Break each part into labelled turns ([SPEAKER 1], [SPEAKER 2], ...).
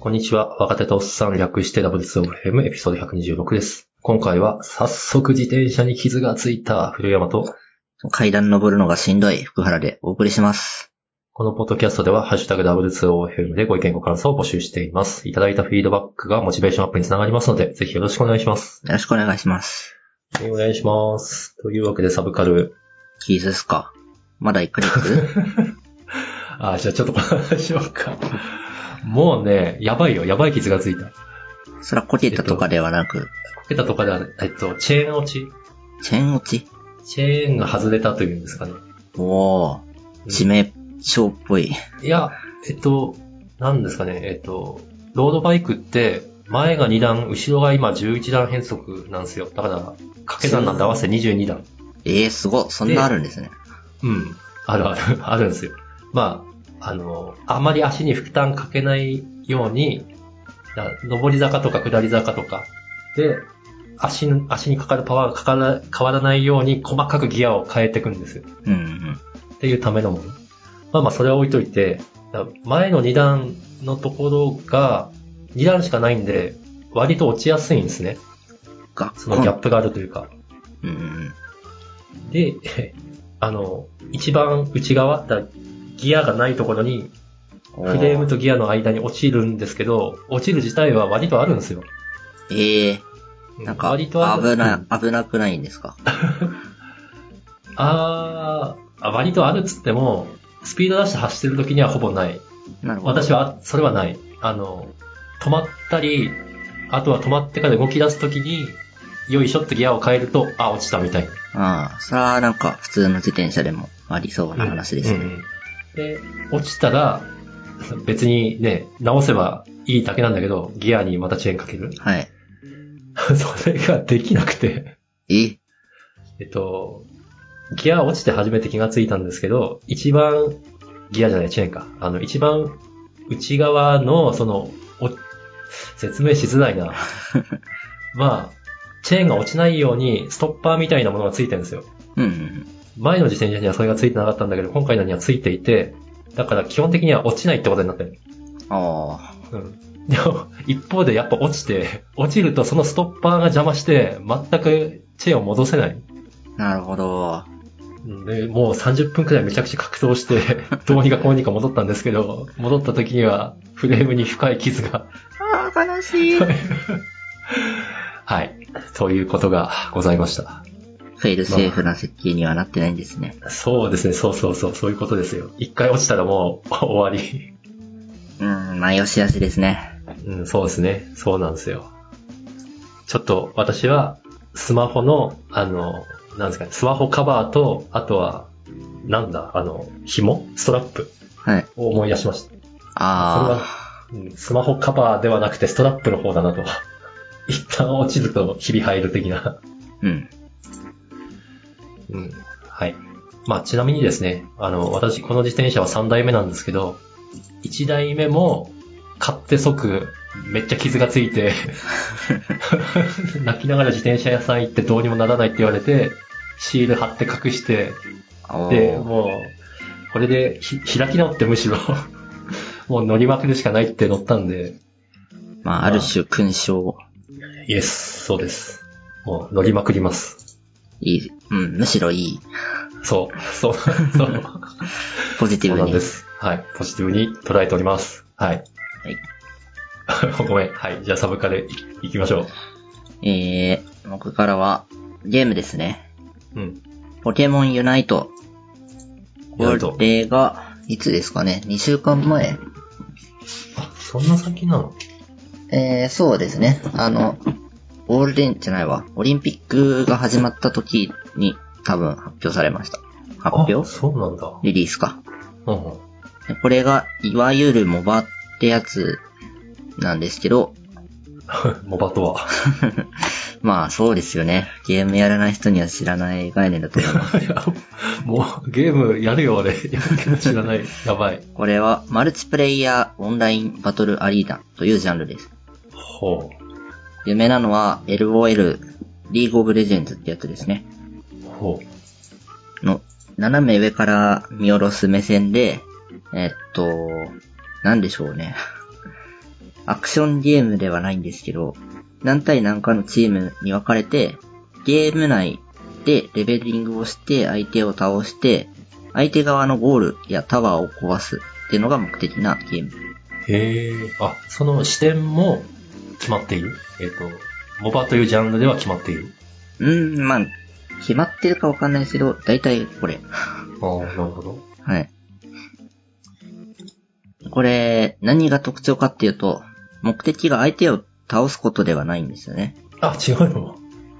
[SPEAKER 1] こんにちは。若手とおっさん略して WSOFM エピソード126です。今回は早速自転車に傷がついた古山と、
[SPEAKER 2] 階段登るのがしんどい福原でお送りします。
[SPEAKER 1] このポッドキャストではハッシュタグ W2OFM でご意見ご感想を募集しています。いただいたフィードバックがモチベーションアップにつながりますので、ぜひよろしくお願いします。
[SPEAKER 2] よろしくお願いします。
[SPEAKER 1] はいお願いします。というわけでサブカル。
[SPEAKER 2] キーズですかまだ1ヶ月
[SPEAKER 1] あ、じゃあちょっとこの話しようか。もうね、やばいよ。やばい傷がついた。
[SPEAKER 2] そらこけたとかではなく、
[SPEAKER 1] こけたとかでは、えっと、チェーン落ち
[SPEAKER 2] チェーン落ち
[SPEAKER 1] チェーンが外れたというんですかね。
[SPEAKER 2] おー、致命傷っぽい。
[SPEAKER 1] いや、えっと、なんですかね、えっと、ロードバイクって、前が2段、後ろが今11段変速なんですよ。だから、掛け算なんで合わせて22段。
[SPEAKER 2] えー、すごい。そんなあるんですね。
[SPEAKER 1] うん。あるある、あるんですよ。まあ、あの、あまり足に負担かけないように、だ上り坂とか下り坂とかで、足の、足にかかるパワーがかから変わらないように細かくギアを変えていくんですよ。
[SPEAKER 2] うんうん。
[SPEAKER 1] っていうためのもの。まあまあ、それは置いといて、だ前の2段のところが、2段しかないんで、割と落ちやすいんですね。
[SPEAKER 2] 学
[SPEAKER 1] そのギャッ
[SPEAKER 2] 校。
[SPEAKER 1] プがあるというか。
[SPEAKER 2] うんうん
[SPEAKER 1] で、 あの、一番内側、だギアがないところに、
[SPEAKER 2] うん。
[SPEAKER 1] フレーム
[SPEAKER 2] と。
[SPEAKER 1] とギアの間に落ちるんですけど、落ちる自体は割とあるんですよ。
[SPEAKER 2] えー、
[SPEAKER 1] う
[SPEAKER 2] なんか、
[SPEAKER 1] 割とある
[SPEAKER 2] 危
[SPEAKER 1] う
[SPEAKER 2] なんい、危なくないんですか
[SPEAKER 1] あーあ、割とあるっつっても、スピード出して走ってる時にはほぼない。
[SPEAKER 2] なるほど。
[SPEAKER 1] 私は、それはない。あの、止まったり、あとは止まってから動き出すときに、よいしょってギアを変えると、あ、落ちたみたい
[SPEAKER 2] ああ、そらなんか普通の自転車でもありそう
[SPEAKER 1] な
[SPEAKER 2] な話ですね。。
[SPEAKER 1] うんうんで、落ちたら、別にね、直せばいいだけなんだけど、ギアにまた遅延かける
[SPEAKER 2] はい。
[SPEAKER 1] それができなくて、
[SPEAKER 2] え
[SPEAKER 1] えっと、ギア落ちて初めて気がついたんですけど、一番、ギアじゃない、遅延か。あの、一番内側の、その、お説明しづらいな。まあ、チェーンが落ちないように、ストッパーみたいなものがついてるんですよ。
[SPEAKER 2] うんうん
[SPEAKER 1] 前の自転車にはそれがついてなかったんだけど、今回のにはついていて、だから基本的には落ちないってことになってる。
[SPEAKER 2] うん。あ
[SPEAKER 1] うん。でも、一方でやっぱ落ちて、落ちるとそのストッパーが邪魔して、全くチェーンを戻せない。
[SPEAKER 2] あ、なるほど。
[SPEAKER 1] で、もう30分くらいめちゃくちゃ格闘して、どうにかこうにか戻ったんですけど、戻った時にはフレームに深い傷が。
[SPEAKER 2] ああ、悲しい。 フ
[SPEAKER 1] はい。ということがございました。
[SPEAKER 2] ェイルセーフな設計にはなってないんですね。
[SPEAKER 1] そうですね、そうそうそう、そういうことですよ。一回落ちたらもう終わり。
[SPEAKER 2] うん、まあ、よしよしですね。
[SPEAKER 1] うん、そうですね、そうなんですよ。ちょっと私は、スマホの、あの、なんですかね、スマホカバーと、あとは、なんだ、あの、紐ストラップ
[SPEAKER 2] はい。
[SPEAKER 1] を思い出しました。
[SPEAKER 2] あ
[SPEAKER 1] うんスマホカバーではなくてストラップの方だなと。 一旦落ちるとひび入る的な。
[SPEAKER 2] あ、うん。
[SPEAKER 1] うん。はい。まあちなみにですね、あの、私この自転車は3台目なんですけど、1台目も買って即めっちゃ傷がつい て、泣きながら自転車屋さん行ってどうにもならないって言われて、シール貼って隠して、
[SPEAKER 2] お
[SPEAKER 1] で、
[SPEAKER 2] ー
[SPEAKER 1] もう、これでひ開き直ってむしろ、 もう乗りまくるしかないって乗ったんで、
[SPEAKER 2] まあ、ある種勲章。
[SPEAKER 1] イエス、そうです。もう乗りまくります。
[SPEAKER 2] いい、うん、むしろいい。
[SPEAKER 1] そう、そう、そう、
[SPEAKER 2] ポジティ
[SPEAKER 1] そう
[SPEAKER 2] ブ
[SPEAKER 1] なん
[SPEAKER 2] に
[SPEAKER 1] で。す。はい、ポジティブに捉えております。はい。 ごめん、はい、じゃあサブカルいいきましょ
[SPEAKER 2] えー、僕からは、ゲームですね。
[SPEAKER 1] う。うん。
[SPEAKER 2] ポケモンユナイト。
[SPEAKER 1] ユナイト
[SPEAKER 2] これが、いつですかね ?2 週間前
[SPEAKER 1] あ、そんな先なの
[SPEAKER 2] えー、そうですね。あの、ゴールデンじゃないわ。オリンピックが始まった時に多分発表されました。発
[SPEAKER 1] あ
[SPEAKER 2] 表
[SPEAKER 1] そうなんだ。
[SPEAKER 2] リリースか。
[SPEAKER 1] うんうん。
[SPEAKER 2] でこれが、いわゆるモバってやつなんですけど、
[SPEAKER 1] モバとは。
[SPEAKER 2] まあそうですよね。ゲームやらない人には知らない概念だと思います。
[SPEAKER 1] いやもう、ゲームやるよ、俺。やるけど 知らない。やばい。
[SPEAKER 2] これは、マルチプレイヤーオンラインバトルアリーナというジャンルです。
[SPEAKER 1] ほ
[SPEAKER 2] 有名なのは、LOL、リーグオブレジェンズってやつですね。
[SPEAKER 1] う。ほ
[SPEAKER 2] の、斜め上から見下ろす目線で、えっと、なんでしょうね。 アクションゲームではないんですけど、何対何かのチームに分かれて、ゲーム内でレベリングをして相手を倒して、相手側のゴールやタワーを壊すっていうのが目的なゲーム。
[SPEAKER 1] へえ、あ、その視点も決まっている。えっ、と、モバというジャンルでは決まっている。
[SPEAKER 2] うーん、まあ、決まってるかわかんないですけど、だいたいこれ。
[SPEAKER 1] ああ、なるほど。
[SPEAKER 2] はい。これ、何が特徴かっていうと、目的が相手を倒すことではないんですよね。
[SPEAKER 1] あ、違うの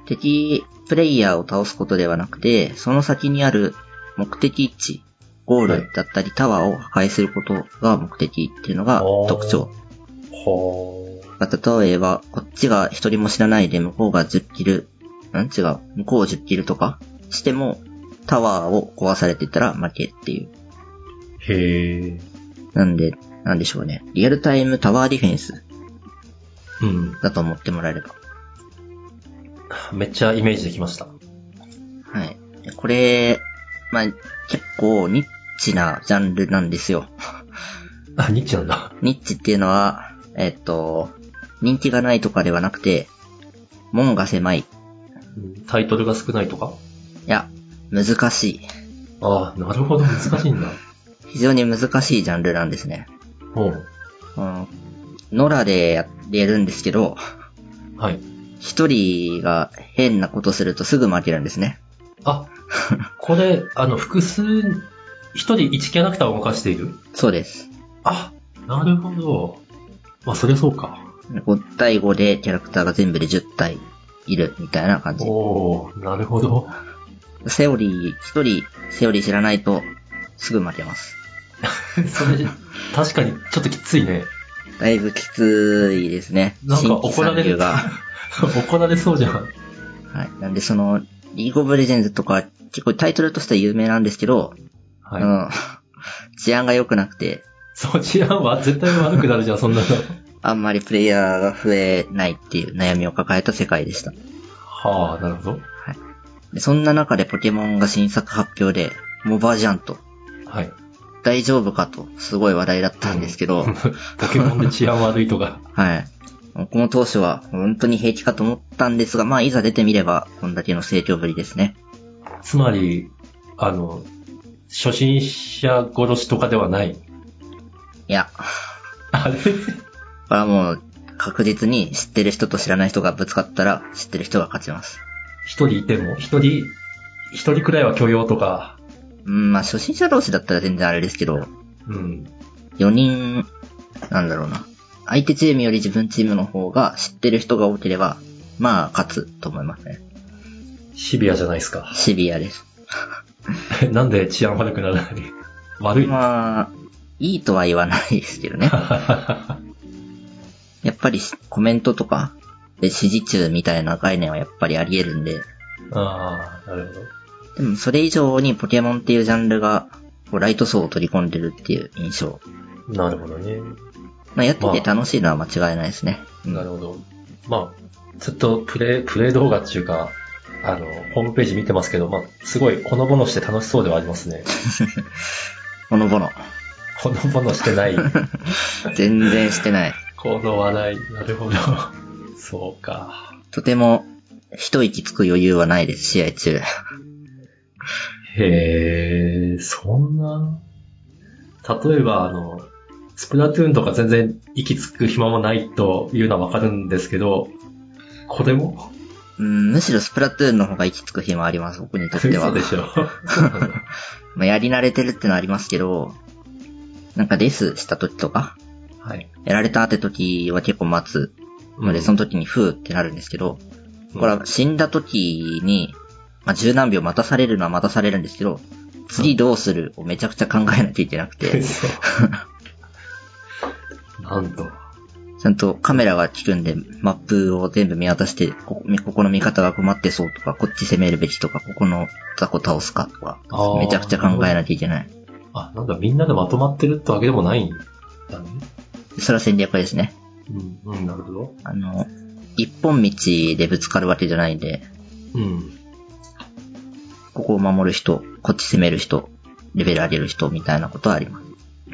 [SPEAKER 2] 敵、プレイヤーを倒すことではなくて、その先にある目的地、ゴー
[SPEAKER 1] はい
[SPEAKER 2] ルだったりタワーを破壊することが目的っていうのが
[SPEAKER 1] おー
[SPEAKER 2] 特徴。
[SPEAKER 1] ほー。
[SPEAKER 2] 例えば、こっちが一人も知らないで向こうが10キル、なん違う、向こうを10キルとかしても、タワーを壊されてたら負けっていう。
[SPEAKER 1] へえ。
[SPEAKER 2] なんで、なんでしょうね。リアルタイムタワーディフェンス
[SPEAKER 1] うん。
[SPEAKER 2] だと思ってもらえれば。
[SPEAKER 1] めっちゃイメージできました。
[SPEAKER 2] はい。でこれ、まあ、結構ニッチなジャンルなんですよ。
[SPEAKER 1] あ、ニッチなんだ。
[SPEAKER 2] ニッチっていうのは、えっと、人気がないとかではなくて、門が狭い。い
[SPEAKER 1] うんタイトルが少ないとか
[SPEAKER 2] や、難しい。
[SPEAKER 1] ああ、なるほど、難しいん だ。
[SPEAKER 2] 非常に難しいジャンルなんですね。
[SPEAKER 1] うん。
[SPEAKER 2] うんノラでやってるんですけど、
[SPEAKER 1] はい。
[SPEAKER 2] 一人が変なことするとすぐ負けるんですね。
[SPEAKER 1] あ、これ、あの、複数、一人一キャラクターを動かしている
[SPEAKER 2] そうです。
[SPEAKER 1] あ、なるほど。まあ、そりゃそうか。
[SPEAKER 2] 5対5でキャラクターが全部で10体いるみたいな感じ。
[SPEAKER 1] おおなるほ ど。
[SPEAKER 2] セオリー、一人セオリー知らないとすぐ負けます。
[SPEAKER 1] それ、確かにちょっときついね。
[SPEAKER 2] だいぶきついですね。
[SPEAKER 1] なんか
[SPEAKER 2] 新規
[SPEAKER 1] 怒ら
[SPEAKER 2] 参
[SPEAKER 1] れ
[SPEAKER 2] 入
[SPEAKER 1] る。
[SPEAKER 2] が。
[SPEAKER 1] 怒られそうじゃん。
[SPEAKER 2] はい。なんでその、リーグオブレジェンズとか結構タイトルとしては有名なんですけど、
[SPEAKER 1] はい。
[SPEAKER 2] うん。 治安が良くなくて、
[SPEAKER 1] そう、治安は絶対悪くなるじゃん、そんなの。
[SPEAKER 2] あんまりプレイヤーが増えないっていう悩みを抱えた世界でした。
[SPEAKER 1] はあ、なるほど。
[SPEAKER 2] でそんな中でポケモンが新作発表で、モバジャンと、
[SPEAKER 1] はい。
[SPEAKER 2] 大丈夫かと、すごい話題だったんですけど、
[SPEAKER 1] ポケモンで治安悪いとか。
[SPEAKER 2] はい。この当初は本当に平気かと思ったんですが、まあいざ出てみれば、こんだけの成長ぶりですね。
[SPEAKER 1] つまり、あの、初心者殺しとかではない。
[SPEAKER 2] いや、
[SPEAKER 1] あれ
[SPEAKER 2] これはもう確実に知ってる人と知らない人がぶつかったら、知ってる人が勝ちます。
[SPEAKER 1] 一人いても、一人、一人くらいは許容とか。
[SPEAKER 2] うん、まあ初心者同士だったら全然あれですけど、
[SPEAKER 1] うん。
[SPEAKER 2] 4人、なんだろうな。相手チームより自分チームの方が知ってる人が多ければ、まあ勝つと思いますね。
[SPEAKER 1] シビアじゃないです か。
[SPEAKER 2] シビアです。
[SPEAKER 1] なんで治安悪くならない悪い。
[SPEAKER 2] まあ、いいとは言わないですけどね。やっぱりコメントとか、で指示中みたいな概念はやっぱりあり得るんで、
[SPEAKER 1] ああ、なるほど。
[SPEAKER 2] でもそれ以上にポケモンっていうジャンルが、こうライト層を取り込んでるっていう印象。
[SPEAKER 1] なるほどね。
[SPEAKER 2] まあ、やってて楽しいのは間違いないですね。うん
[SPEAKER 1] なるほど。まあ、ずっとプレイ、プレイ動画っていうか、あの、ホームページ見てますけど、まあ、すごい、ほのぼのして楽しそうではありますね。
[SPEAKER 2] ほのぼの。
[SPEAKER 1] ほのぼのして ない。
[SPEAKER 2] 全然してない。
[SPEAKER 1] この笑い。なるほど。 そうか。
[SPEAKER 2] とても、一息つく余裕はないです、試合中。
[SPEAKER 1] へえ、そんな。例えば、あの、スプラトゥーンとか全然息つく暇もないというのはわかるんですけど、これも
[SPEAKER 2] うん、むしろスプラトゥーンの方が息つく暇あります、僕にとっては
[SPEAKER 1] 嘘。でしょ。 そうなんだ
[SPEAKER 2] まあ、やり慣れてるってのはありますけど、なんかデスした時とか、
[SPEAKER 1] はい。
[SPEAKER 2] やられたって時は結構待つので、その時にフーってなるんですけど、
[SPEAKER 1] うん
[SPEAKER 2] これは死んだ時に、まあ、十何秒待たされるのは待たされるんですけど、次どうするをめちゃくちゃ考えなきゃいけなくて、
[SPEAKER 1] 嘘なんと。
[SPEAKER 2] ちゃんとカメラが効くんで、マップを全部見渡して、ここここの味方が困ってそうとか、こっち攻めるべきとか、ここの雑魚倒すかとか
[SPEAKER 1] あ、ー
[SPEAKER 2] めちゃくちゃ考えなきゃいけない。
[SPEAKER 1] あ、なんだ、みんなでまとまってるってわけでもないんだね。
[SPEAKER 2] それは戦略ですね。
[SPEAKER 1] うん、うん、なるほど。
[SPEAKER 2] あの、一本道でぶつかるわけじゃないんで、
[SPEAKER 1] うん。
[SPEAKER 2] ここを守る人、こっち攻める人、レベル上げる人みたいなことはありま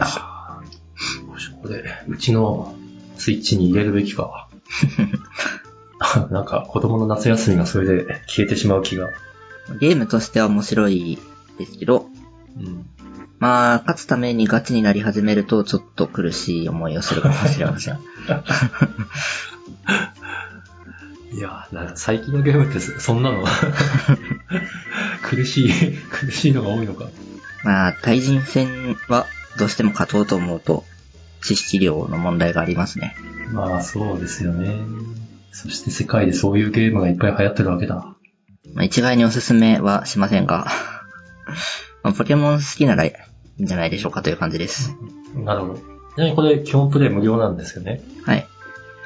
[SPEAKER 2] す。
[SPEAKER 1] ああ、もしこれ、うちのスイッチに入れるべき か。なんか、子供の夏休みがそれで消えてしまう気が。
[SPEAKER 2] ゲームとしては面白いですけど、
[SPEAKER 1] うん。
[SPEAKER 2] まあ、勝つためにガチになり始めると、ちょっと苦しい思いをするかもしれません。
[SPEAKER 1] いやー、なんか最近のゲームってそそん なの苦しい、苦しいのが多いのか。
[SPEAKER 2] まあ、対人戦はどうしても勝とうと思うと、知識量の問題がありますね。
[SPEAKER 1] まあ、そうですよね。そして世界でそういうゲームがいっぱい流行ってるわけだ。
[SPEAKER 2] まあ、一概におすすめはしませんが、 まあ、ポケモン好きならいいんじゃないでしょうかという感じです。
[SPEAKER 1] なるほど。ちなみにこれ、基本プレイ無料なんですよね。
[SPEAKER 2] はい。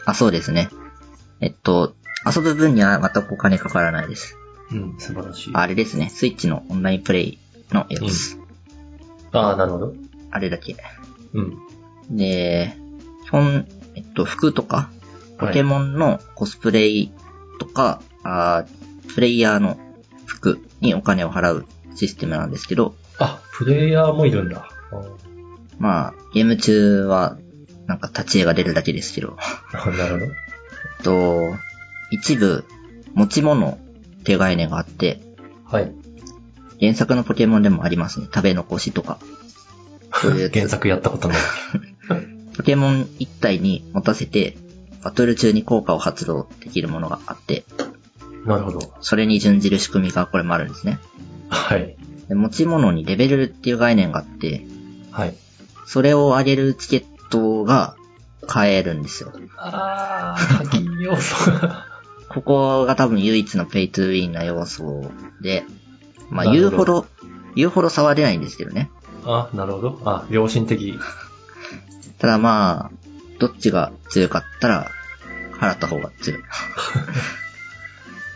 [SPEAKER 2] あ、そうですね。えっと、遊ぶ分には全くお金かからないです。
[SPEAKER 1] うん、素晴らしい。
[SPEAKER 2] ああれですね、スイッチのオンラインプレイのやつ。
[SPEAKER 1] ああ、なるほど。
[SPEAKER 2] あれだけ。
[SPEAKER 1] うん。
[SPEAKER 2] で、基本、えっと、服とか、ポケモンのコスプレイとか、あープレイヤーの服にお金を払うシステムなんですけど、
[SPEAKER 1] あ、プレイヤーもいるんだ。あ
[SPEAKER 2] まあ、ゲーム中は、なんか立ち絵が出るだけですけど、
[SPEAKER 1] ーなるほど。
[SPEAKER 2] えっと、一部、持ち物っていう概念があって、
[SPEAKER 1] はい。
[SPEAKER 2] 原作のポケモンでもありますね。食べ残 しとか。そういうやつ
[SPEAKER 1] 原作やったことない。
[SPEAKER 2] ポケモン一体に持たせて、バトル中に効果を発動できるものがあって、
[SPEAKER 1] なるほど。
[SPEAKER 2] それに準じる仕組みがこれもあるんですね。
[SPEAKER 1] はい。
[SPEAKER 2] で持ち物にレベルっていう概念があって、
[SPEAKER 1] はい。
[SPEAKER 2] それを上げるチケットが買えるんですよ。
[SPEAKER 1] ああ、課金要素が。
[SPEAKER 2] ここが多分唯一のペイトゥーウィンな要素で、まあ
[SPEAKER 1] な
[SPEAKER 2] 言
[SPEAKER 1] る
[SPEAKER 2] うほ
[SPEAKER 1] ほど
[SPEAKER 2] ど、言うほど差は出ないんですけどね。
[SPEAKER 1] あ、なるほど。あ、良心的。
[SPEAKER 2] ただまあ、どっちが強かったら、払った方が強い。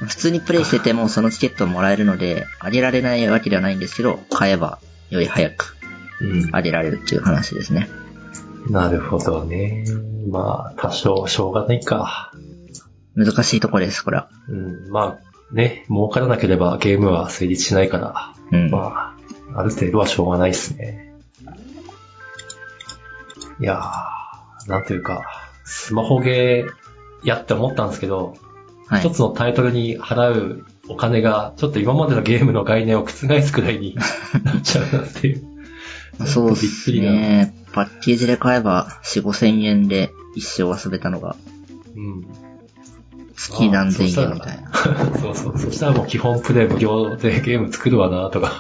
[SPEAKER 2] 普通にプレイしててもそのチケットもらえるので、あげられないわけではないんですけど、買えばより早く
[SPEAKER 1] う
[SPEAKER 2] あげられるっていう話ですね。
[SPEAKER 1] ん。なるほどね。まあ、多少、しょうがないか。
[SPEAKER 2] 難しいとこです、これは。
[SPEAKER 1] うん。まあ、ね、儲からなければゲームは成立しないから、
[SPEAKER 2] うん。
[SPEAKER 1] まあ、ある程度はしょうがないですね。いやー、なんというか、スマホゲーやって思ったんですけど、
[SPEAKER 2] は
[SPEAKER 1] 一
[SPEAKER 2] い。
[SPEAKER 1] つのタイトルに払うお金が、ちょっと今までのゲームの概念を覆すくらいに なっちゃうなっていう。
[SPEAKER 2] そうです
[SPEAKER 1] びっくり
[SPEAKER 2] ね。パッケージで買えば4、5千円で一生遊べたのが、
[SPEAKER 1] うん。
[SPEAKER 2] 月何千円みたいな。
[SPEAKER 1] そうそう。そしたらもう基本プレイ無料でゲーム作るわなと か、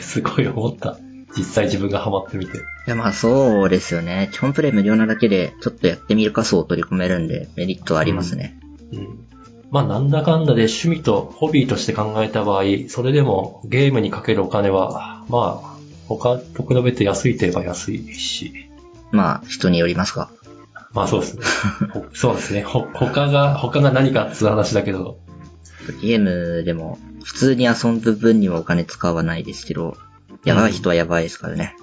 [SPEAKER 1] すごい思った。実際自分がハマってみて。
[SPEAKER 2] いやまあそうですよね。基本プレイ無料なだけで、ちょっとやってみるかそう取り込めるんで、メリットはありますね。
[SPEAKER 1] うん。まあなんだかんだで趣味とホビーとして考えた場合、それでもゲームにかけるお金は、まあ、他と比べて安いといえば安いし、
[SPEAKER 2] まあ人によりますが。
[SPEAKER 1] まあそうですね。ほそうですね。ほ、他が、他が何かっつう話だけど。
[SPEAKER 2] ゲームでも、普通に遊ぶ分にはお金使わないですけど、やばい人はやばいですからね。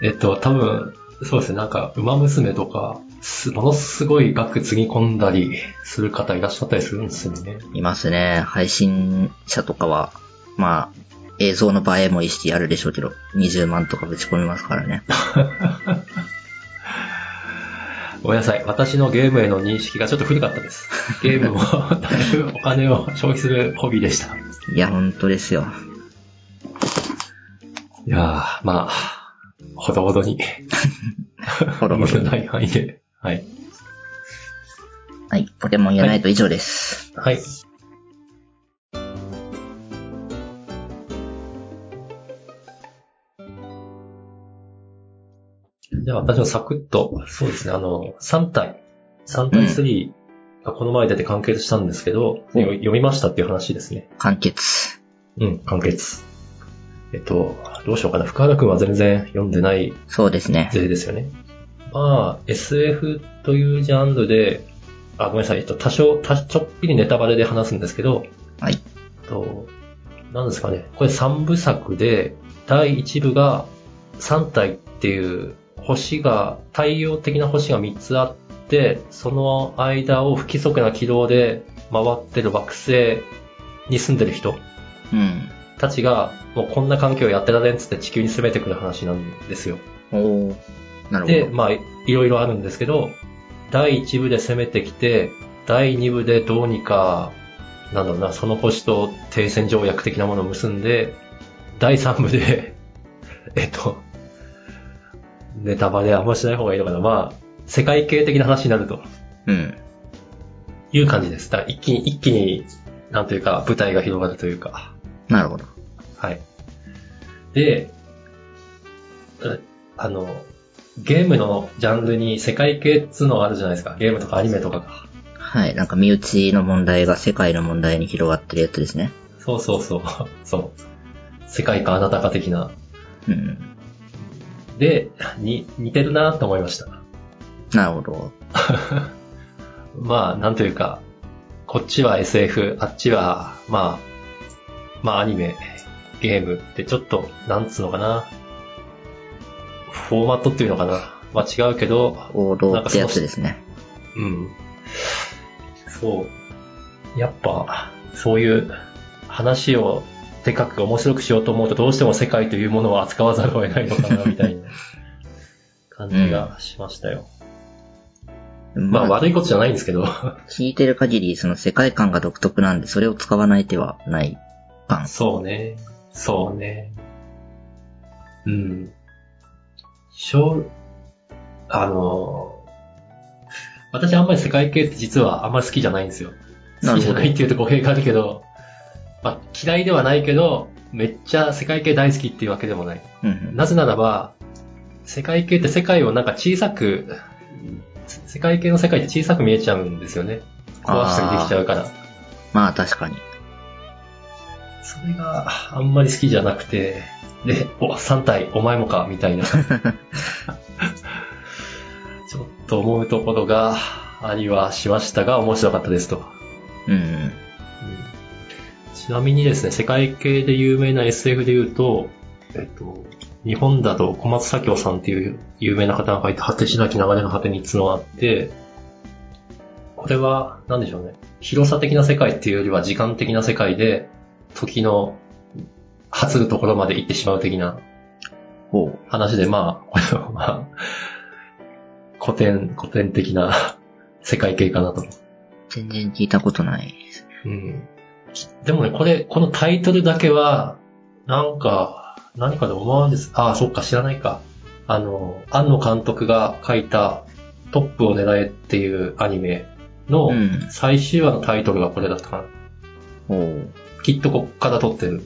[SPEAKER 1] えっと、多分、そうですね。なんか、馬娘とか、すものすごい額つぎ込んだりする方いらっしゃったりするんですよね。
[SPEAKER 2] いますね。配信者とかは、まあ、映像の映えも意識あるでしょうけど、20万とかぶち込みますからね。
[SPEAKER 1] ごめんなさい。私のゲームへの認識がちょっと古かったです。ゲームもだいぶお金を消費するホビーでした。い
[SPEAKER 2] いや、本当ですよ。
[SPEAKER 1] やー、まあ、ほどほどに。
[SPEAKER 2] ほどほど
[SPEAKER 1] 無 理のない範囲で。はい。
[SPEAKER 2] はい、ポケモンユナイト以上です。
[SPEAKER 1] はい。じゃあ私もサクッと、そうですね、あの、3体、3体3がこの前出て完結したんですけど、
[SPEAKER 2] うん
[SPEAKER 1] よ読みましたっていう話ですね。
[SPEAKER 2] 完結。
[SPEAKER 1] うん、完結。えっと、どうしようかな。深原くんは全然読んでない
[SPEAKER 2] そうですね。
[SPEAKER 1] 勢ですよね。まあ、SF というジャンルで、あ、ごめんなさい、えっと、多少、多ちょっぴりネタバレで話すんですけど、
[SPEAKER 2] はい。
[SPEAKER 1] えっと、なんですかね、これ3部作で、第1部が3体っていう星が、太陽的な星が3つあって、その間を不規則な軌道で回ってる惑星に住んでる人
[SPEAKER 2] うん。
[SPEAKER 1] たちが、もうこんな環境やってられんっつって地球に攻めてくる話なんですよ。
[SPEAKER 2] おー。なるほど。
[SPEAKER 1] で、まあ、いろいろあるんですけど、第1部で攻めてきて、第2部でどうにか、なんだろうな、その星と停戦条約的なものを結んで、第3部で、 えっと、ネタバレあんましない方がいいのかな。まあ、世界系的な話になると
[SPEAKER 2] うん。
[SPEAKER 1] いう感じです。だから一気に、一気に、なんというか、舞台が広がるというか。
[SPEAKER 2] なるほど。
[SPEAKER 1] はい。で、うあの、ゲームのジャンルに世界系っつうのがあるじゃないですか。ゲームとかアニメとかが。
[SPEAKER 2] はい。なんか身内の問題が世界の問題に広がってるやつですね。
[SPEAKER 1] そうそうそう。 そう。世界かあなたか的な。
[SPEAKER 2] うん。
[SPEAKER 1] で、に、似てるなと思いました。
[SPEAKER 2] なるほど。
[SPEAKER 1] まあ、なんというか、こっちは SF、あっちは、まあ、まあアニメ、ゲームってちょっと、なんつうのかな。フォーマットっていうのかな。まあ違うけど、
[SPEAKER 2] 王道ってやつですね。
[SPEAKER 1] うん。そう。やっぱ、そういう話をでかく面白くしようと思うと、どうしても世界というものを扱わざるを得ないのかな、みたいな感じがしましたよ。 まあ、
[SPEAKER 2] まあ、
[SPEAKER 1] 悪いことじゃないんですけど、
[SPEAKER 2] 聞いてる限り、その世界観が独特なんで、それを使わない手はない感。
[SPEAKER 1] そうね。そうね。うん。しょう、あの、私あんまり世界系って実はあんまり好きじゃないんですよ。
[SPEAKER 2] な
[SPEAKER 1] 好
[SPEAKER 2] る
[SPEAKER 1] き
[SPEAKER 2] ほど
[SPEAKER 1] じゃないっていうと語弊があるけど、まあ、嫌いではないけど、めっちゃ世界系大好きっていうわけでもない。
[SPEAKER 2] うんうん。
[SPEAKER 1] なぜならば、世界系って世界をなんか小さく、世界系の世界って小さく見えちゃうんですよね。壊したりできちゃうから。
[SPEAKER 2] まあ、確かに。
[SPEAKER 1] それがあんまり好きじゃなくて、で、お、3体、お前もか、みたいな。ちょっと思うところがありはしましたが、面白かったですと。
[SPEAKER 2] うんうん。
[SPEAKER 1] うんちなみにですね、世界系で有名な SF で言うと、えっと、日本だと小松左京さんっていう有名な方が書いた果てしなき流れの果てにつのがあって、これは、なんでしょうね。広さ的な世界っていうよりは時間的な世界で、時の、発るところまで行ってしまう的な
[SPEAKER 2] ほう。
[SPEAKER 1] 話で、まあ、これはまあ、古典、古典的な世界系かなと。
[SPEAKER 2] 全然聞いたことないです。
[SPEAKER 1] うん。でもね、これ、このタイトルだけは、なんか、何かで思わんです。ああ、そっか、知らないか。あの、庵野監督が書いた、トップを狙えっていうアニメの
[SPEAKER 2] うん。
[SPEAKER 1] 最終話のタイトルがこれだったかな。
[SPEAKER 2] ほう。
[SPEAKER 1] きっとこっから撮ってる。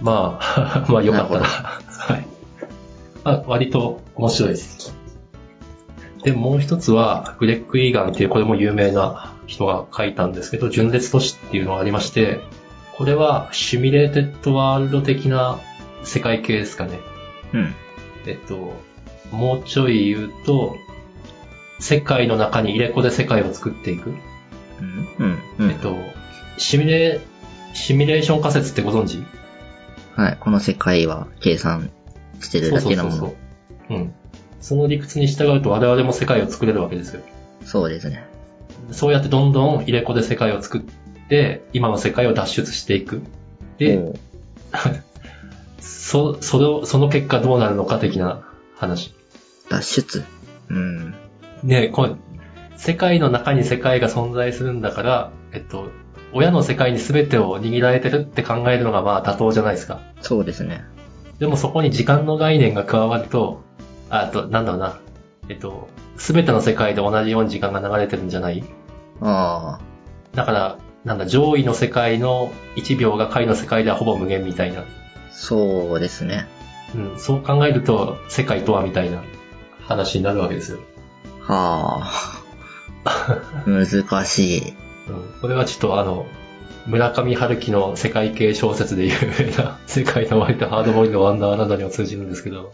[SPEAKER 1] まあ、 まあよかったな。
[SPEAKER 2] なる
[SPEAKER 1] はい。あ、割と面白いです。で、もう一つは、グレッグ・イーガンっていう、これも有名な人が書いたんですけど、純烈都市っていうのがありまして、これはシミュレーテッドワールド的な世界系ですかね。
[SPEAKER 2] うん。
[SPEAKER 1] えっと、もうちょい言うと、世界の中に入れ子で世界を作っていく。
[SPEAKER 2] うん。うん。うん
[SPEAKER 1] えっと、シミュレシミュレーション仮説ってご存知
[SPEAKER 2] はい。この世界は計算してるだけのもの。
[SPEAKER 1] うそう。うん。その理屈に従うと我々も世界を作れるわけですよ。
[SPEAKER 2] そうですね。
[SPEAKER 1] そうやってどんどん入れ子で世界を作って、今の世界を脱出していく。で、
[SPEAKER 2] ほう
[SPEAKER 1] そ、それを、その結果どうなるのか的な話。
[SPEAKER 2] 脱出。うん。
[SPEAKER 1] ねこれ、世界の中に世界が存在するんだから、えっと、親の世界に全てを握られてるって考えるのがまあ妥当じゃないですか。
[SPEAKER 2] そうですね。
[SPEAKER 1] でもそこに時間の概念が加わると、ああと、なんだろうな。えっと、すべての世界で同じように時間が流れてるんじゃない
[SPEAKER 2] ああ。
[SPEAKER 1] だから、なんだ、上位の世界の1秒が下位の世界ではほぼ無限みたいな。
[SPEAKER 2] そうですね。
[SPEAKER 1] うん、そう考えると、世界とはみたいな話になるわけですよ。
[SPEAKER 2] は あ。難しい。
[SPEAKER 1] うん、これはちょっとあの、村上春樹の世界系小説で有名な 世界の割とハードボイルドワンダーランドにも通じるんですけど、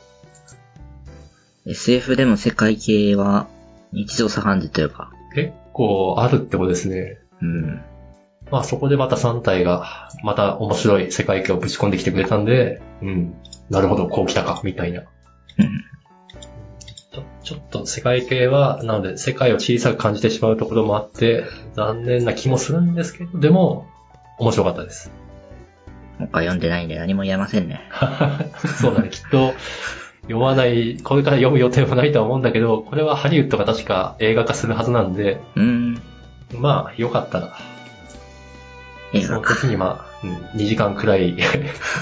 [SPEAKER 2] SF でも世界系は日常茶飯事というか。
[SPEAKER 1] 結構あるってことですね。
[SPEAKER 2] うん。
[SPEAKER 1] まあそこでまた3体が、また面白い世界観をぶち込んできてくれたんで、うん、なるほど、こう来たか、みたいな。
[SPEAKER 2] うん
[SPEAKER 1] ちょちょっと世界系は、なので世界を小さく感じてしまうところもあって、残念な気もするんですけど、でも、面白かったです。
[SPEAKER 2] 他読んでないんで何も言えませんね。
[SPEAKER 1] そうだね、きっと、読まない、これから読む予定もないとは思うんだけど、これはハリウッドが確か映画化するはずなんで、
[SPEAKER 2] うん。
[SPEAKER 1] まあ、よかったら、
[SPEAKER 2] 映
[SPEAKER 1] そ
[SPEAKER 2] 画
[SPEAKER 1] の
[SPEAKER 2] か。
[SPEAKER 1] 時にまあ、うん、2時間くら い、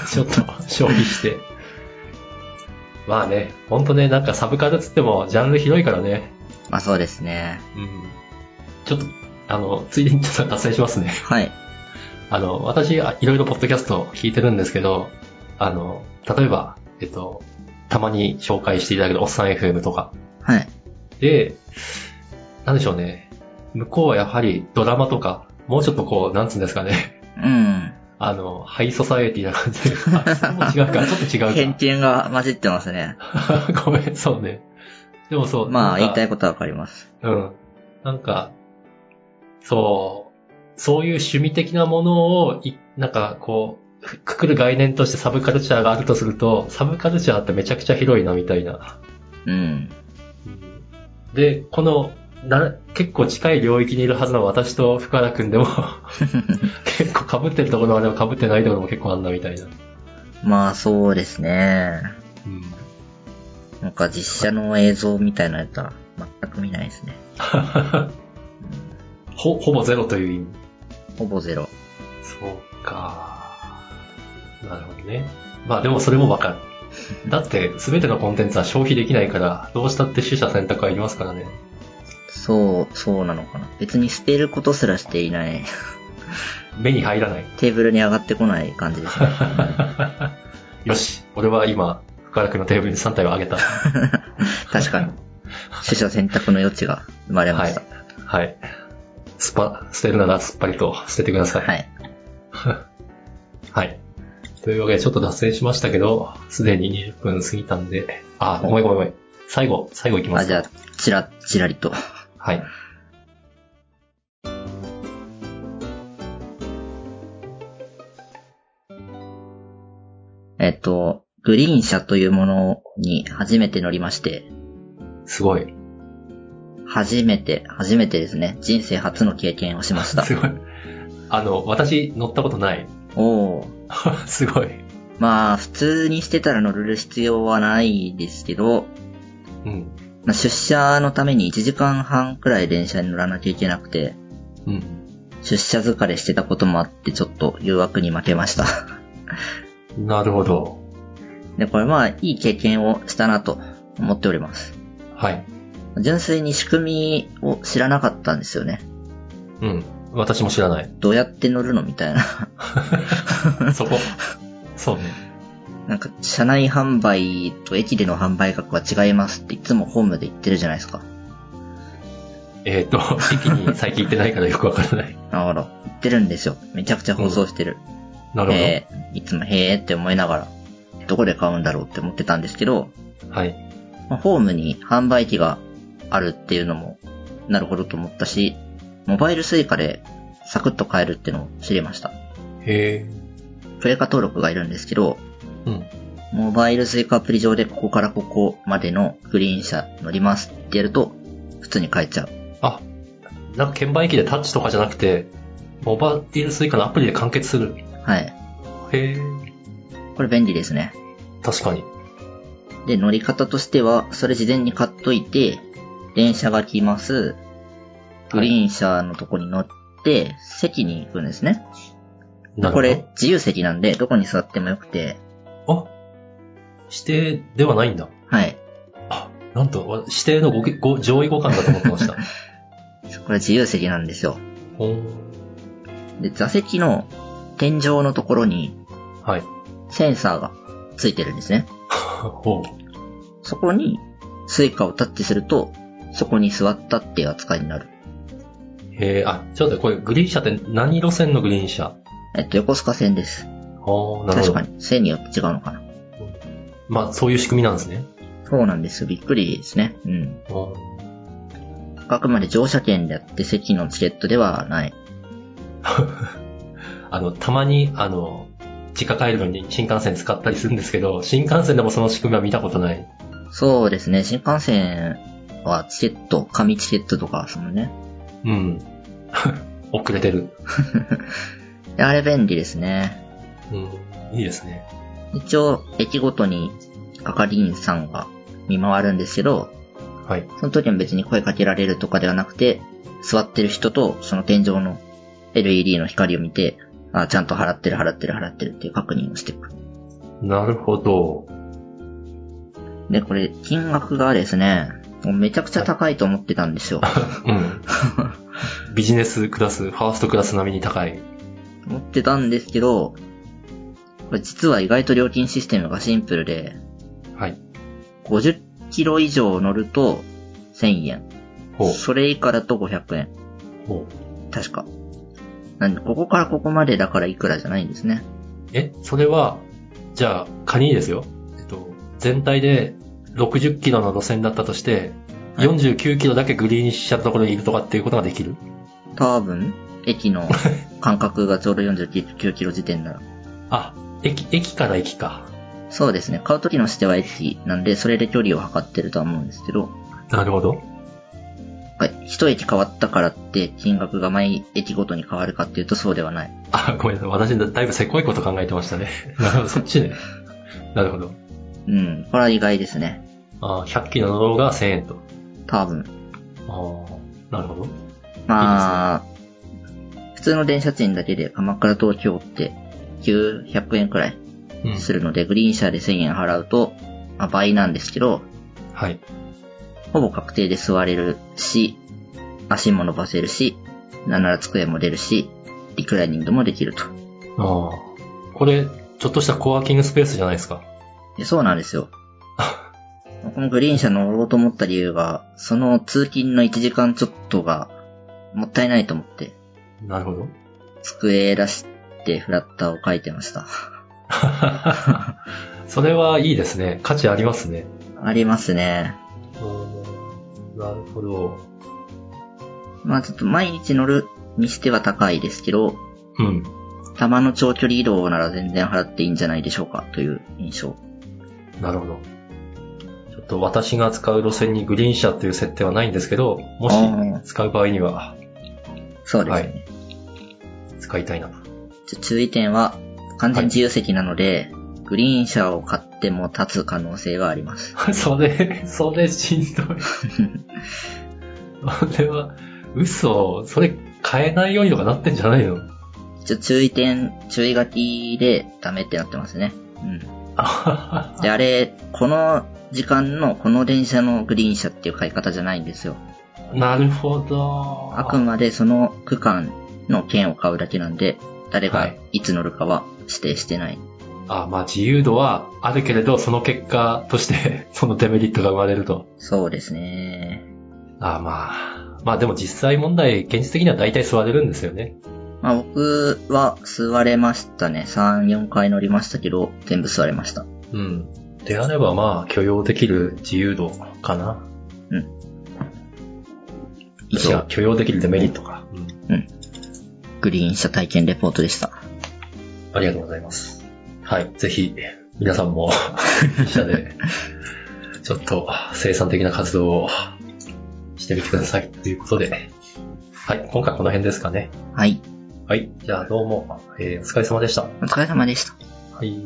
[SPEAKER 1] ちょっと消費して。まあね、ほんとね、なんかサブカルつってもジャンル広いからね。
[SPEAKER 2] まあそうですね。
[SPEAKER 1] うん。ちょっと、あの、ついでにちょっと脱線しますね。
[SPEAKER 2] はい。
[SPEAKER 1] あの、私、あいろいろポッドキャスト聞いてるんですけど、あの、例えば、えっと、たまに紹介していただけるおっさん FM とか。
[SPEAKER 2] はい。
[SPEAKER 1] で、なんでしょうね。向こうはやはりドラマとか、もうちょっとこう、なんつうんですかね。
[SPEAKER 2] うん。
[SPEAKER 1] あの、ハイソサエティな感じで。あ、それも違う か、ちょっと違
[SPEAKER 2] 偏
[SPEAKER 1] う
[SPEAKER 2] 見が混じってますね。
[SPEAKER 1] か。 ごめん、そうね。でもそう。
[SPEAKER 2] まあ言いた
[SPEAKER 1] い。
[SPEAKER 2] いことはわかります。
[SPEAKER 1] うん。なんか、そう、そういう趣味的なものを、いなんかこう、くくくる概念としてサブカルチャーがあるとすると、サブカルチャーってめちゃくちゃ広いな、みたいな。
[SPEAKER 2] うん。
[SPEAKER 1] で、この、な、結構近い領域にいるはずの私と福原くんで も、結構被ってるところはでも被ってないところも結構あんな、みたいな。
[SPEAKER 2] まあそうですね。
[SPEAKER 1] うん。
[SPEAKER 2] なんか実写の映像みたいなやつは全く見ない ですね。
[SPEAKER 1] ほ、ほぼゼロという意味。
[SPEAKER 2] ほぼゼロ。
[SPEAKER 1] そうか。なるほどね。まあでもそれもわかる。だって全てのコンテンツは消費できないから、どうしたって取捨選択はいりますからね。
[SPEAKER 2] そう、そうなのかな。別に捨てることすらしていない。
[SPEAKER 1] 目に入ら ない。
[SPEAKER 2] テーブルに上がってこない感じです ね。
[SPEAKER 1] よし、俺は今、深田君のテーブルに3体をあ げた。は
[SPEAKER 2] 確かに。取捨選択の余地が生まれまし
[SPEAKER 1] い
[SPEAKER 2] た。。
[SPEAKER 1] はい。スパ、捨てるならすっぱりと捨ててください。
[SPEAKER 2] はい。
[SPEAKER 1] はい。というわけで、ちょっと脱線しましたけど、すでに20分過ぎたんで、あ、ごめんごめんごめん。最後、最後いきま
[SPEAKER 2] あ、
[SPEAKER 1] す
[SPEAKER 2] じ
[SPEAKER 1] か。
[SPEAKER 2] ゃあ、ちら、ちらりと。
[SPEAKER 1] はい。
[SPEAKER 2] えっと、グリーン車というものに初めて乗りまして、
[SPEAKER 1] すごい。
[SPEAKER 2] 初めて、初めてですね、人生初の経験をしま した
[SPEAKER 1] す。ごい。あの、私、乗ったことない。
[SPEAKER 2] おー。
[SPEAKER 1] すごい。
[SPEAKER 2] まあ、普通にしてたら乗る必要はないですけど、
[SPEAKER 1] うん。
[SPEAKER 2] まあ、出社のために1時間半くらい電車に乗らなきゃいけなくて、
[SPEAKER 1] うん。
[SPEAKER 2] 出社疲れしてたこともあって、ちょっと誘惑に負けました。
[SPEAKER 1] なるほど。
[SPEAKER 2] で、これまあ、いい経験をしたなと思っております。
[SPEAKER 1] はい。
[SPEAKER 2] 純粋に仕組みを知らなかったんですよね。
[SPEAKER 1] うん。私も知ら ない。
[SPEAKER 2] どうやって乗るのみたいな。
[SPEAKER 1] そこ。そうね。
[SPEAKER 2] なんか、車内販売と駅での販売額は違いますっていつもホームで言ってるじゃないですか。
[SPEAKER 1] えっ、と、駅に最近行ってないからよくわから ない。
[SPEAKER 2] なるほど。言ってるんですよ。めちゃくちゃ放送してる。
[SPEAKER 1] なるほど。
[SPEAKER 2] えーいつもへーって思いながら、どこで買うんだろうって思ってたんですけど、
[SPEAKER 1] はい。
[SPEAKER 2] まあホームに販売機があるっていうのも、なるほどと思ったし、モバイルスイカでサクッと買えるっていうのを知りました。
[SPEAKER 1] へえ。
[SPEAKER 2] プレカ登録がいるんですけど、
[SPEAKER 1] うん。
[SPEAKER 2] モバイルスイカアプリ上でここからここまでのグリーン車乗りますってやると、普通に買えちゃう。
[SPEAKER 1] あ、なんか券売機でタッチとかじゃなくて、モバイルスイカのアプリで完結する。
[SPEAKER 2] はい。
[SPEAKER 1] へえ。
[SPEAKER 2] これ便利ですね。
[SPEAKER 1] 確かに。
[SPEAKER 2] で、乗り方としては、それ事前に買っといて、電車が来ます。グリーン車のとこに乗って、席に行くんですね。
[SPEAKER 1] なる
[SPEAKER 2] こ
[SPEAKER 1] ほ
[SPEAKER 2] れ
[SPEAKER 1] ど。
[SPEAKER 2] 自由席なんで、どこに座ってもよくて、
[SPEAKER 1] あ、指定ではないんだ。
[SPEAKER 2] はい。
[SPEAKER 1] あ、なんと、わ指定のごけご上位互換だと思ってました。
[SPEAKER 2] これ自由席なんですよ。
[SPEAKER 1] ほー
[SPEAKER 2] で、座席の天井のところに
[SPEAKER 1] はい。
[SPEAKER 2] センサーがついてるんですね。
[SPEAKER 1] ほ
[SPEAKER 2] そこにスイカをタッチすると、そこに座ったっていう扱いになる。
[SPEAKER 1] う。へえ、あ、ちょっと待ってこれグリーン車って何路線のグリーン車
[SPEAKER 2] えっと、横須賀線です。
[SPEAKER 1] ほーなる
[SPEAKER 2] 確
[SPEAKER 1] ほ
[SPEAKER 2] か
[SPEAKER 1] ど。
[SPEAKER 2] に。線によって違うのかな。
[SPEAKER 1] まあ、そういう仕組みなんですね。
[SPEAKER 2] そうなんですよ。びっくりですね。うん。
[SPEAKER 1] ほ
[SPEAKER 2] あくまで乗車券であって席のチケットではない。
[SPEAKER 1] ーあの、たまに、あの、実家帰るのに新幹線使ったりするんですけど、新幹線でもその仕組みは見たことない。
[SPEAKER 2] そうですね。新幹線はチケット、紙チケットとか、そのね。
[SPEAKER 1] うん。 遅れてる。
[SPEAKER 2] であれ便利ですね。
[SPEAKER 1] うん。いいですね。
[SPEAKER 2] 一応、駅ごとに係員さんが見回るんですけど、
[SPEAKER 1] はい。
[SPEAKER 2] その時も別に声かけられるとかではなくて、座ってる人とその天井の LED の光を見て、あ、ちゃんと払ってる払ってる払ってるっていう確認をしていく。
[SPEAKER 1] なるほど。
[SPEAKER 2] で、これ、金額がですね、もうめちゃくちゃ高いと思ってたんですよ。
[SPEAKER 1] うん。 ビジネスクラス、ファーストクラス並みに高い。
[SPEAKER 2] 思ってたんですけど、これ実は意外と料金システムがシンプルで、
[SPEAKER 1] はい。
[SPEAKER 2] 50キロ以上乗ると1000円。
[SPEAKER 1] ほう。
[SPEAKER 2] それ以下だと500円。
[SPEAKER 1] ほう。
[SPEAKER 2] 確か。なんで、ここからここまでだからいくらじゃないんですね。
[SPEAKER 1] え、それは、じゃあ、仮にですよ。えっと、全体で60キロの路線だったとして、
[SPEAKER 2] はい
[SPEAKER 1] 49キロだけグリーン車のところにいるとかっていうことができる
[SPEAKER 2] 多分、駅の間隔がちょうど49キロ時点なら。
[SPEAKER 1] あ、駅、駅から駅か。
[SPEAKER 2] そうですね。買う時の指定は駅なんで、それで距離を測ってるとは思うんですけど、
[SPEAKER 1] なるほど。
[SPEAKER 2] はい一駅変わったからって金額が毎駅ごとに変わるかっていうとそうではない。
[SPEAKER 1] あ、ごめんなさい。私だ、だいぶせこいこと考えてましたね。なるほど、 そっちね。なるほど。
[SPEAKER 2] うん。これは意外ですね。
[SPEAKER 1] あ100キロの方が1000円と。
[SPEAKER 2] 多分。
[SPEAKER 1] ああ、なるほど。
[SPEAKER 2] まあ、普通の電車賃だけで鎌倉東京って900円くらい
[SPEAKER 1] うん。
[SPEAKER 2] するので、グリーン車で1000円払うと、まあ、倍なんですけど、
[SPEAKER 1] はい。
[SPEAKER 2] ほぼ確定で座れるし、足も伸ばせるし、なんなら机も出るし、リクライニングもできると。
[SPEAKER 1] ああ。これ、ちょっとしたコワーキングスペースじゃないですか。
[SPEAKER 2] でそうなんですよ。このグリーン車乗ろうと思った理由が、その通勤の1時間ちょっとが、もったいないと思って、
[SPEAKER 1] なるほど。
[SPEAKER 2] 机出してフラッターを書いてました。
[SPEAKER 1] それはいいですね。価値ありますね。
[SPEAKER 2] ありますね。
[SPEAKER 1] なるほど。
[SPEAKER 2] まあちょっと毎日乗るにしては高いですけど、
[SPEAKER 1] うん。
[SPEAKER 2] たまの長距離移動なら全然払っていいんじゃないでしょうかという印象。
[SPEAKER 1] なるほど。ちょっと私が使う路線にグリーン車という設定はないんですけど、もし
[SPEAKER 2] ああ
[SPEAKER 1] 使う場合には
[SPEAKER 2] そうです
[SPEAKER 1] は
[SPEAKER 2] ね。
[SPEAKER 1] い使いたいな。
[SPEAKER 2] ちょ注意点は、完全自由席なので、グリーン車を買っても立つ可能性があります。
[SPEAKER 1] それ、それしん どい。それは、嘘。それ買えないようにとかなってんじゃないの
[SPEAKER 2] ちょ注意点、注意書きでダメってなってますね。うん。
[SPEAKER 1] あはは
[SPEAKER 2] で、あれ、この時間のこの電車のグリーン車っていう買い方じゃないんですよ。
[SPEAKER 1] なるほど。
[SPEAKER 2] あくまでその区間の券を買うだけなんで、誰
[SPEAKER 1] は
[SPEAKER 2] が
[SPEAKER 1] い
[SPEAKER 2] いつ乗るかは指定してない。
[SPEAKER 1] あ、まあ自由度はあるけれど、その結果として 、そのデメリットが生まれると。
[SPEAKER 2] そうですね。
[SPEAKER 1] あまあ。まあでも実際問題、現実的には大体座れるんですよね。
[SPEAKER 2] まあ僕は座れましたね。3、4回乗りましたけど、全部座れました。
[SPEAKER 1] うん。であればまあ許容できる自由度かな。
[SPEAKER 2] うん。以
[SPEAKER 1] いや
[SPEAKER 2] 上、、
[SPEAKER 1] 許容できるデメリットか。うん。
[SPEAKER 2] グリーン車体験レポートでした。
[SPEAKER 1] ありがとうございます。はい。ぜひ、皆さん も、医者で、ちょっと生産的な活動をしてみてください。ということで、はい。今回この辺ですかね。
[SPEAKER 2] はい。
[SPEAKER 1] はい。じゃあどうも、えーお疲れ様でした。
[SPEAKER 2] お疲れ様でした。
[SPEAKER 1] はい。